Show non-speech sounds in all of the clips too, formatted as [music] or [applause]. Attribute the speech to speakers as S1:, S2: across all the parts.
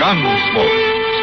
S1: Gunsmoke,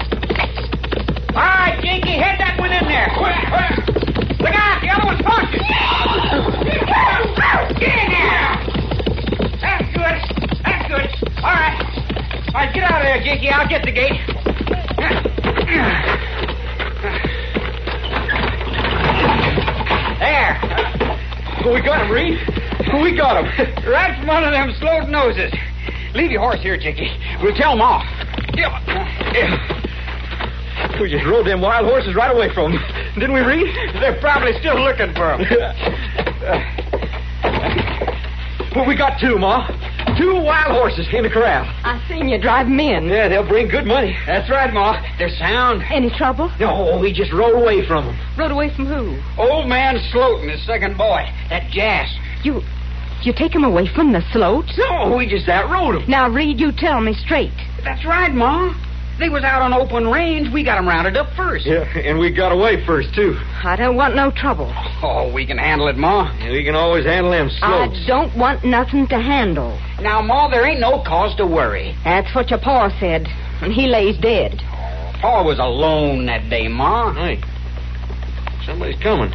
S2: All right, Jakey, head that one in there. Quick, quick. Look out, the other one's punching. Get in there. That's good. That's good. All right. All right, get out of there, Jakey. I'll get the gate. There. We got him, Reed. We got him. [laughs] Right from under them slowed noses. Leave your horse here, Jakey. We'll tell him off. Yeah. yeah. We just rode them wild horses right away from them. Didn't we, Reed? They're probably still looking for them. [laughs] well, we got two, Ma. Two wild horses in the corral.
S3: I seen you drive them in.
S2: Yeah, they'll bring good money. That's right, Ma. They're sound.
S3: Any trouble?
S2: No, we just rode away from them.
S3: Rode away from who?
S2: Old man Sloat and his second boy, that Jas.
S3: You, you take 'em away from the Sloats?
S2: No, we just outrode them.
S3: Now, Reed, you tell me straight.
S2: That's right, Ma. They was out on open range. We got 'em rounded up first.
S4: Yeah, and we got away first, too.
S3: I don't want no trouble.
S2: Oh, we can handle it, Ma.
S4: And we can always handle them slopes.
S3: I don't want nothing to handle.
S2: Now, Ma, there ain't no cause to worry.
S3: That's what your pa said, and he lays dead.
S2: Pa was alone that day, Ma.
S4: Hey, somebody's coming.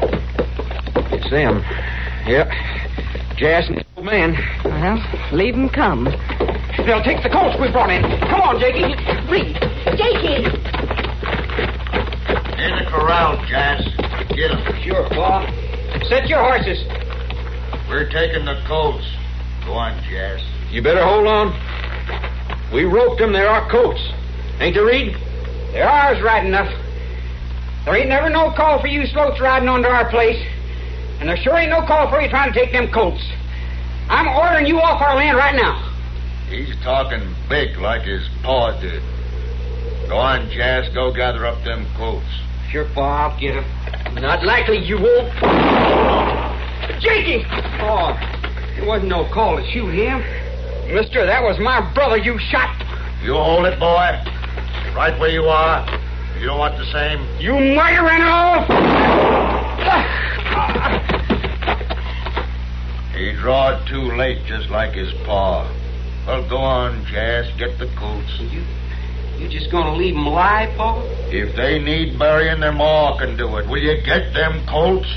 S4: It's them. Yep. Jas and his old man.
S3: Well, leave 'em come.
S2: They'll take the colts we brought in. Come on, Jakey.
S3: Reed, Jakey!
S5: In the corral, Jazz. Get 'em.
S2: Sure, Pa. Set your horses.
S5: We're taking the colts. Go on, Jazz.
S4: You better hold on. We roped them. They're our coats. Ain't they, Reed?
S2: They're ours right enough. There ain't never no call for you sloats riding onto our place. And there sure ain't no call for you trying to take them colts. I'm ordering you off our land right now.
S5: He's talking big like his paw did. Go on, Jazz. Go gather up them colts.
S2: Sure, Pa, I'll get him. Not likely you won't. Jakey! Oh, it wasn't no call to shoot him. Mister, that was my brother you shot.
S5: You hold it, boy. Right where you are. You don't want the same?
S2: You might have ran off.
S5: He drawed too late, just like his paw. Well, go on, Jazz. Get the colts.
S2: You, you just gonna leave him alive, Pa?
S5: If they need burying, their maw can do it. Will you get them colts?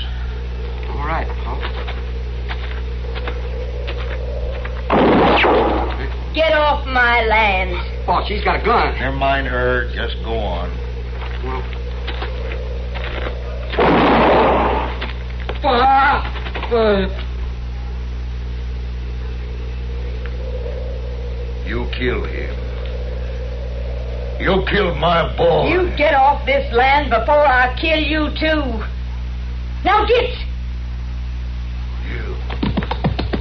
S2: All right, Pa.
S6: Get off my land.
S2: Pa, she's got a gun.
S5: Never mind her. Just go on.
S2: Well. Pa! Pa!
S5: You kill him. You killed my boy.
S6: You get off this land before I kill you, too. Now get!
S5: You.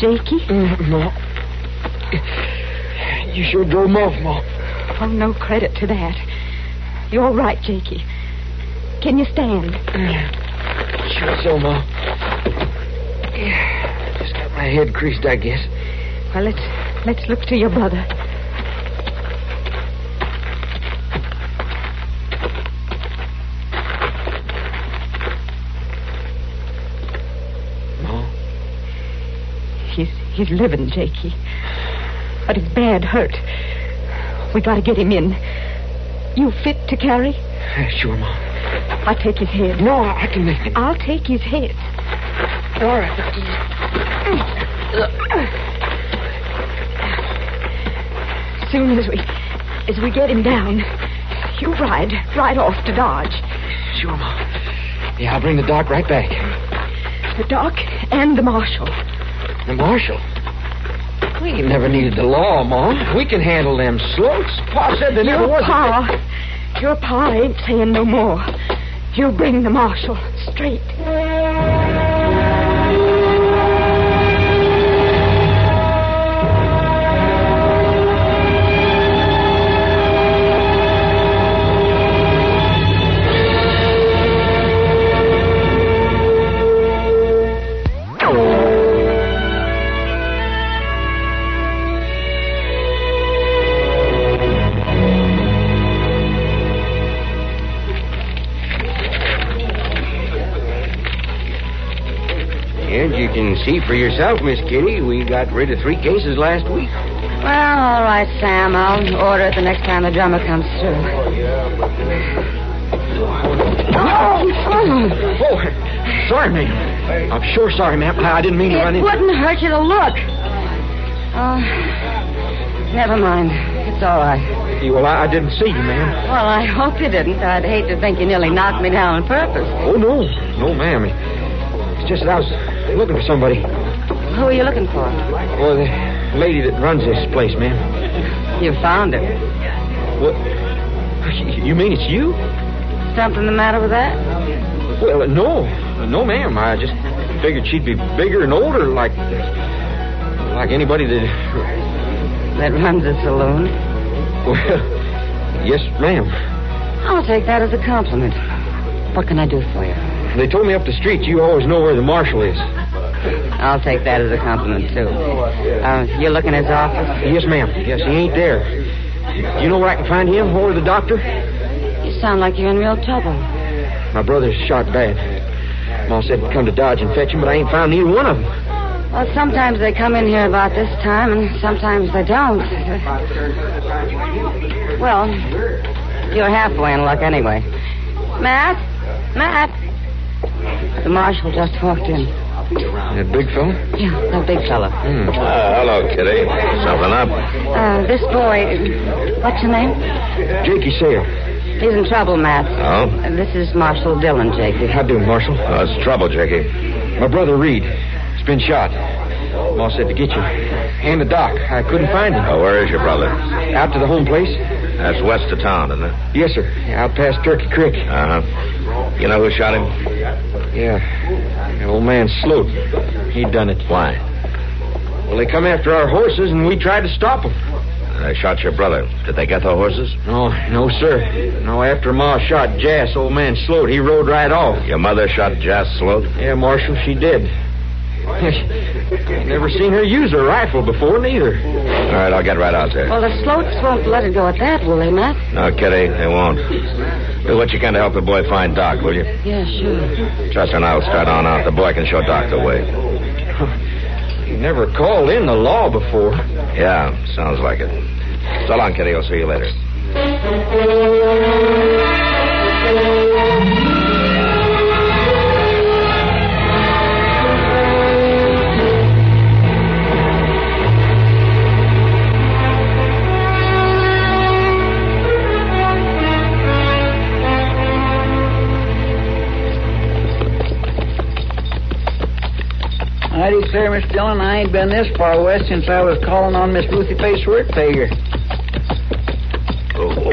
S3: Jakey?
S4: Ma. You sure drove them off, Ma.
S3: Oh, no credit to that. You're right, Jakey.
S7: Can you stand?
S2: Sure so, Ma. Yeah, Just got my head creased, I guess.
S7: Well, let's let's look to your brother.
S2: Ma,
S7: He's he's living, Jakey. But his bad hurt. We gotta get him in. You fit to carry?
S2: Yeah, sure, Ma.
S7: I'll take his head.
S2: No, I, I can make it.
S7: I'll take his head.
S2: All right.
S7: Soon as we as we get him down, you ride right off to Dodge.
S2: Sure, Ma. Yeah, I'll bring the doc right back.
S7: The doc and the marshal.
S2: The marshal. We ain't never needed the law, Ma. We can handle them slopes. Pa said there never
S7: Your
S2: was. a-
S7: pa, your pa ain't saying no more. You bring the marshal straight.
S8: And you can see for yourself, Miss Kitty, we got rid of three cases last week.
S3: Well, all right, Sam. I'll order it the next time the drummer comes through.
S2: Oh, sorry, ma'am. I'm sure sorry, ma'am. I I didn't mean to run
S3: It
S2: into.
S3: wouldn't hurt you to look. Oh, never mind. It's all right.
S2: you. Well, I, I didn't see you, ma'am.
S3: Well, I hope you didn't. I'd hate to think you nearly knocked me down on purpose.
S2: Oh no, no, ma'am. It's just that I was looking for somebody.
S3: Who are you looking for?
S2: Well, the lady that runs this place, [laughs] ma'am.
S3: You found her.
S2: What? You mean it's you?
S3: Something the matter with that?
S2: Well, uh, no, no, ma'am. I just figured she'd be bigger and older, like like anybody that. [laughs]
S3: That runs a saloon.
S2: Well, yes, ma'am.
S3: I'll take that as a compliment. What can I do for you?
S2: They told me up the street you always know where the marshal is.
S3: I'll take that as a compliment, too. Uh, you look in his office?
S2: Yes, ma'am. Yes, he ain't there. You know where I can find him or the doctor?
S3: You sound like you're in real trouble.
S2: My brother's shot bad. Ma said to come to Dodge and fetch him, but I ain't found neither one of them.
S3: Well, sometimes they come in here about this time, and sometimes they don't. Well, you're halfway in luck anyway. Matt? Matt? The marshal just walked in.
S2: That big fella?
S3: Yeah, the big fella.
S1: Ah, hello, Kitty. Something up?
S3: Uh, this boy, what's your name?
S2: Jakey Sale.
S3: He's in trouble, Matt.
S1: Oh?
S3: This is Marshal Dillon, Jakey.
S2: How do, Marshal?
S1: Oh, it's trouble, Jackie.
S2: My brother Reed. He's been shot. Ma said to get you. And the doc. I couldn't find him.
S1: Oh, where is your brother?
S2: Out to the home place?
S1: That's west of town, isn't it?
S2: Yes, sir. Out past Turkey Creek.
S1: Uh huh. You know who shot him?
S2: Yeah. That old man Sloat. He done it.
S1: Why?
S2: Well, they come after our horses, and we tried to stop them.
S1: They shot your brother. Did they get the horses?
S2: No, no, sir. No, after Ma shot Jas, old man Sloat, he rode right off.
S1: Your mother shot Jas Sloat?
S2: Yeah, Marshal, she did. [laughs] Never seen her use a rifle before, neither.
S1: All right, I'll get right out there.
S3: Well, the Sloats won't let it go at that, will they, Matt?
S1: No, Kitty, they won't. Do what you can to help the boy find Doc, will you?
S3: Yeah, sure.
S1: Trust and I'll start on out. The boy can show Doc the way.
S2: Never called in the law before.
S1: Yeah, sounds like it. So long, Kitty. I'll see you later.
S9: I declare, Miss Dillon, I ain't been this far west since I was calling on Miss Ruthie Face work figure.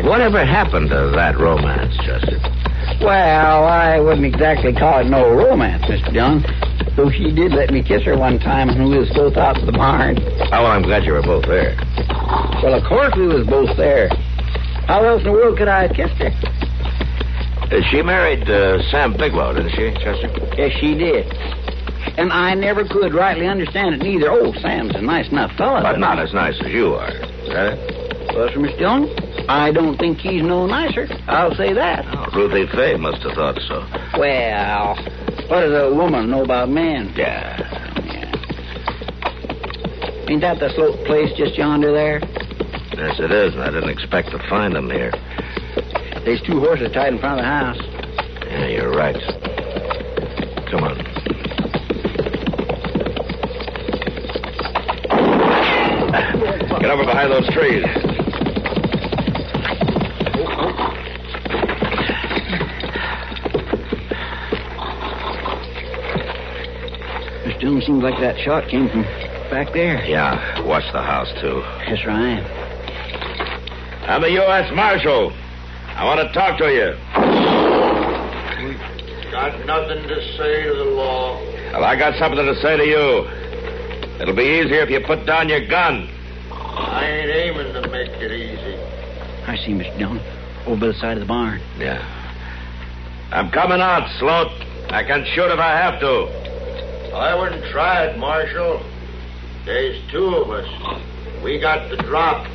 S1: Whatever happened to that romance, Chester?
S9: Well, I wouldn't exactly call it no romance, Mr. Dillon. Though she did let me kiss her one time when we was both out to the barn.
S1: Oh, well, I'm glad you were both there.
S9: Well, of course we was both there. How else in the world could I have kissed her? she married uh, Sam Bigelow, didn't she, Chester?
S2: Yes, she did. And I never could rightly understand it neither. Oh, Sam's a nice enough fellow.
S9: But not as nice as you are. Is that it?
S2: Well, for Miss Dillon, I don't think he's no nicer. I'll say that.
S9: Oh, Ruthie Fay must have thought so.
S2: Well, what does a woman know about man?
S9: Yeah.
S2: Ain't that the slope place just yonder there?
S9: Yes, it is, and I didn't expect to find them here.
S2: There's two horses tied in front of the house.
S9: Yeah, you're right. Come on. Get over behind those trees.
S2: Miss Dillon seems like that shot came from back there.
S9: Yeah, watch the house, too.
S2: That's right.
S9: I'm a U.S. Marshal. I want to talk to you.
S5: Got nothing to say to the law.
S9: Well, I got something to say to you. It'll be easier if you put down your gun.
S5: I ain't aiming to make it easy.
S2: I see Miss Dillon over by the side of the barn.
S9: Yeah. I'm coming out, Sloat. I can shoot if I have to.
S5: I wouldn't try it, Marshal. There's two of us. We got the drop.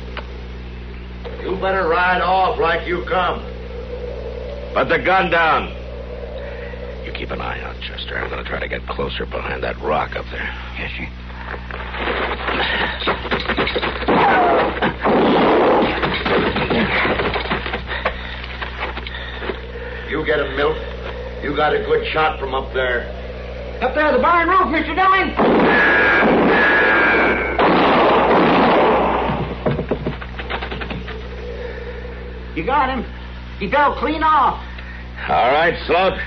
S5: You better ride off like you come.
S9: Put the gun down. You keep an eye out, Chester. I'm going to try to get closer behind that rock up there.
S2: Yes, sir.
S5: You get him, Milt. You got a good shot from up there.
S10: Up there on the barn roof, Mr. Dillon. You got him. You go clean off.
S9: All right, Sloat.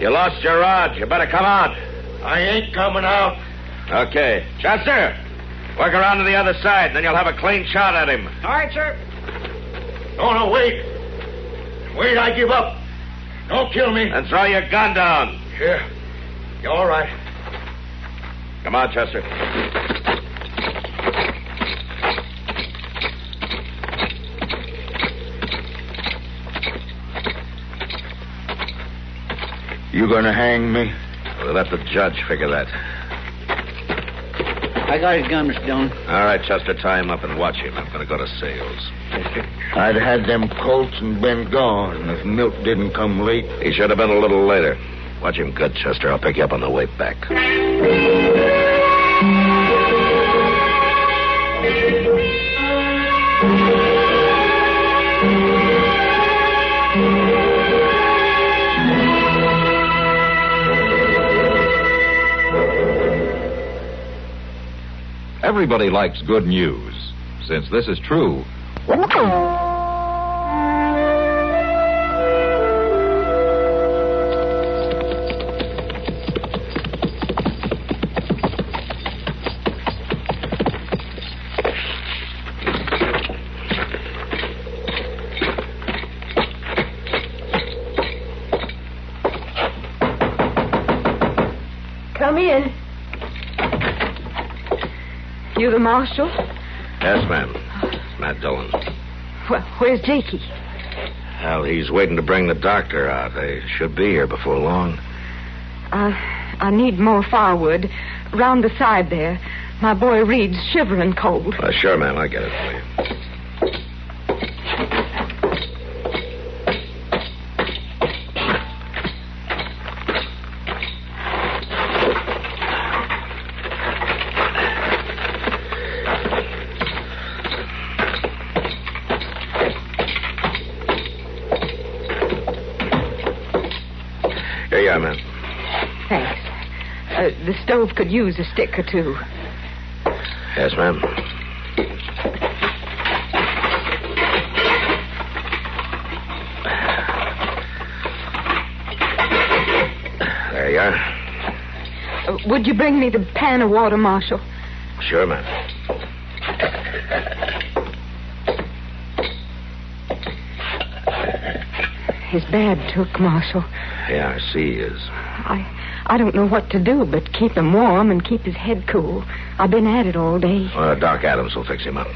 S9: You lost your rod. You better come out.
S5: I ain't coming out.
S9: Okay. Chester, work around to the other side, and then you'll have a clean shot at him.
S10: All right, sir.
S5: No, no, wait. Wait, I give up. Don't kill me.
S9: And throw your gun down.
S5: Here. You all right?
S9: Come on, Chester.
S5: You gonna hang me?
S9: We'll let the judge figure that.
S2: I got his gun, Miss Dillon.
S9: All right, Chester, tie him up and watch him. I'm going to go to sales.
S5: [laughs] I'd had them colts and been gone if Milt didn't come late.
S9: He should have been a little later. Watch him good, Chester. I'll pick you up on the way back.
S1: Everybody likes good news. Since this is true,
S3: Come in. You the marshal?
S9: Yes, ma'am. Matt Dillon.
S3: Well, where's Jakey?
S9: Well, he's waiting to bring the doctor out. They should be here before long.
S3: I, I need more firewood. Round the side there. My boy Reed's shivering cold.
S9: Uh, sure, ma'am. I'll get it for you. Here you are, ma'am.
S3: Thanks. Uh, the stove could use a stick or two.
S9: Yes, ma'am. There you are.
S3: Uh, would you bring me the pan of water, Marshal?
S9: Sure, ma'am.
S3: His bad took, Marshal.
S9: Yeah, I see he is.
S3: I, I don't know what to do but keep him warm and keep his head cool. I've been at it all day.
S9: Well, Doc Adams will fix him up.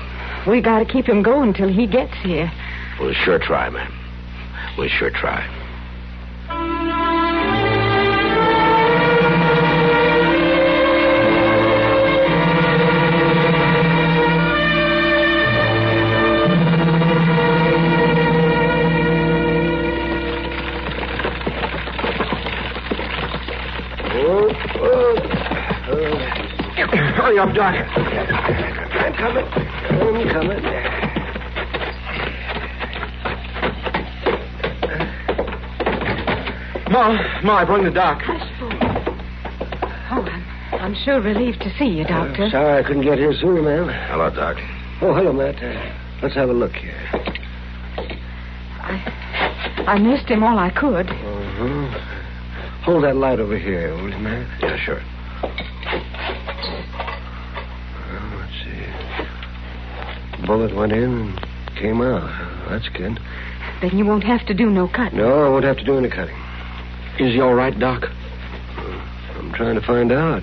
S3: We gotta keep him going till he gets here.
S9: We'll sure try, ma'am. We'll sure try.
S4: Hurry up, Doc.
S11: I'm coming. I'm coming.
S4: Ma, Ma, I bring the doc.
S3: Oh, I'm, I'm sure relieved to see you,
S9: Uh,
S3: Doctor.
S11: Sorry I couldn't get here sooner, ma'am.
S9: Hello, Doc.
S11: Oh, hello, Matt. Uh, let's have a look here.
S3: I, I nursed him all I could.
S11: Uh-huh. Hold that light over here, will you, Matt?
S9: Yeah, sure.
S11: Well, let's see. Bullet went in and came out. That's good.
S3: Then you won't have to do no cutting.
S11: No, I won't have to do any cutting.
S4: Is he all right, Doc?
S11: I'm trying to find out.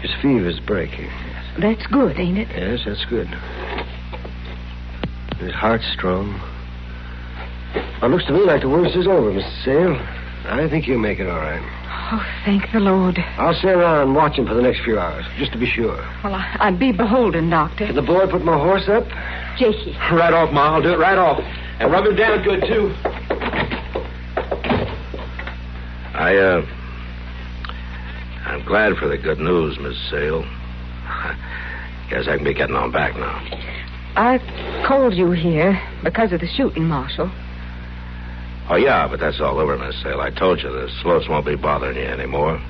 S11: His fever's breaking.
S3: That's good, ain't it?
S11: Yes, that's good. His heart's strong. Well, looks to me like the worst is over, Mr. Sale. I think you'll make it all right.
S3: Oh, thank the Lord.
S11: I'll stay around and watch him for the next few hours, just to be sure.
S3: Well, I, I'd be beholden, Doctor.
S11: Did the boy put my horse up? [laughs]
S3: Jakey.
S4: Right off, Ma. I'll do it right off. And rub him down good, too.
S9: I, uh. I'm glad for the good news, Miss Sale. [laughs] Guess I can be getting on back now.
S3: I called you here because of the shooting, Marshal.
S9: Oh, yeah, but that's all over, Miss Sale. I told you the Sloats won't be bothering you anymore.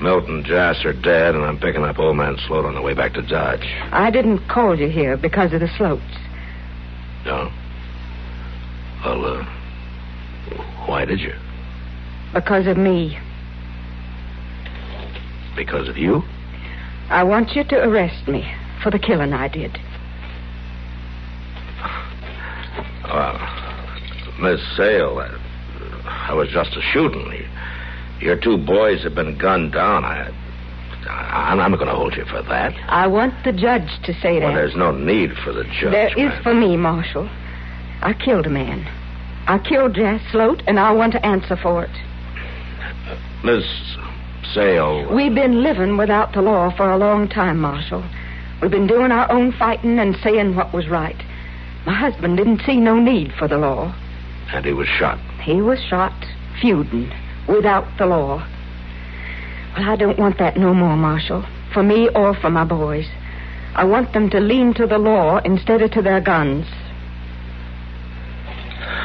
S9: Milton and Jass are dead, and I'm picking up old man Sloat on the way back to Dodge.
S3: I didn't call you here because of the slopes.
S9: No? Well, uh, why did you?
S3: Because of me.
S9: Because of you?
S3: I want you to arrest me for the killing I did.
S9: Well, Miss Sale, I, I was just a shooting. You- Your two boys have been gunned down. I, I, I'm not going to hold you for that.
S3: I want the judge to say
S9: Well,
S3: that.
S9: there's no need for the judge.
S3: There is
S9: ma'am.
S3: for me, Marshal. I killed a man. I killed Jas Sloat, and I want to answer for it.
S9: Miss Sale.
S3: We've been living without the law for a long time, Marshal. We've been doing our own fighting and saying what was right. My husband didn't see no need for the law.
S9: And he was shot.
S3: He was shot feuding without the law. Well, I don't want that no more, Marshal, for me or for my boys. I want them to lean to the law instead of to their guns.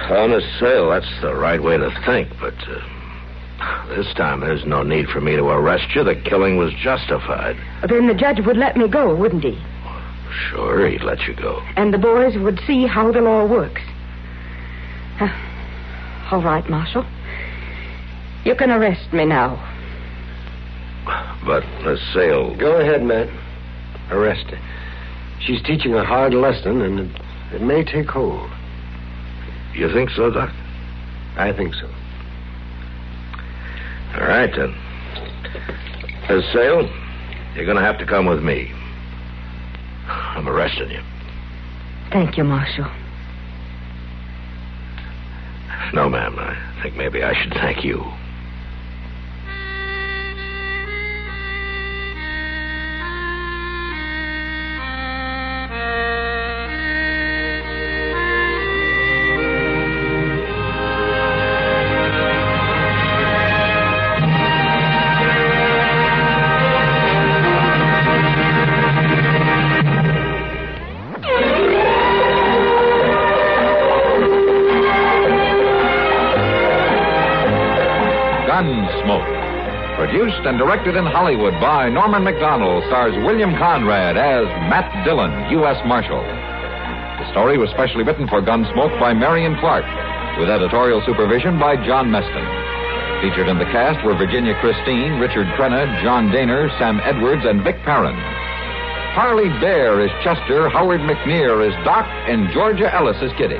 S9: Well, Miss Sale, that's the right way to think, but uh, this time there's no need for me to arrest you. The killing was justified.
S3: Then the judge would let me go, wouldn't he?
S9: Sure, he'd let you go.
S3: And the boys would see how the law works. Huh. All right, Marshal. You can arrest me now.
S9: But Miss Sale.
S11: Go ahead, Matt. Arrest her. She's teaching a hard lesson, and it, it may take hold.
S9: You think so, Doc?
S11: I think so.
S9: All right, then. Miss Sale, you're going to have to come with me. I'm arresting you.
S3: Thank you, Marshal.
S9: No, ma'am. I think maybe I should thank you.
S1: Gunsmoke. Produced and directed in Hollywood by Norman McDonald, stars William Conrad as Matt Dillon, U.S. Marshal. The story was specially written for Gunsmoke by Marion Clark, with editorial supervision by John Meston. Featured in the cast were Virginia Christine, Richard Crenna, John Daner, Sam Edwards, and Vic Perrin. Harley Bear is Chester, Howard McNear is Doc, and Georgia Ellis is Kitty.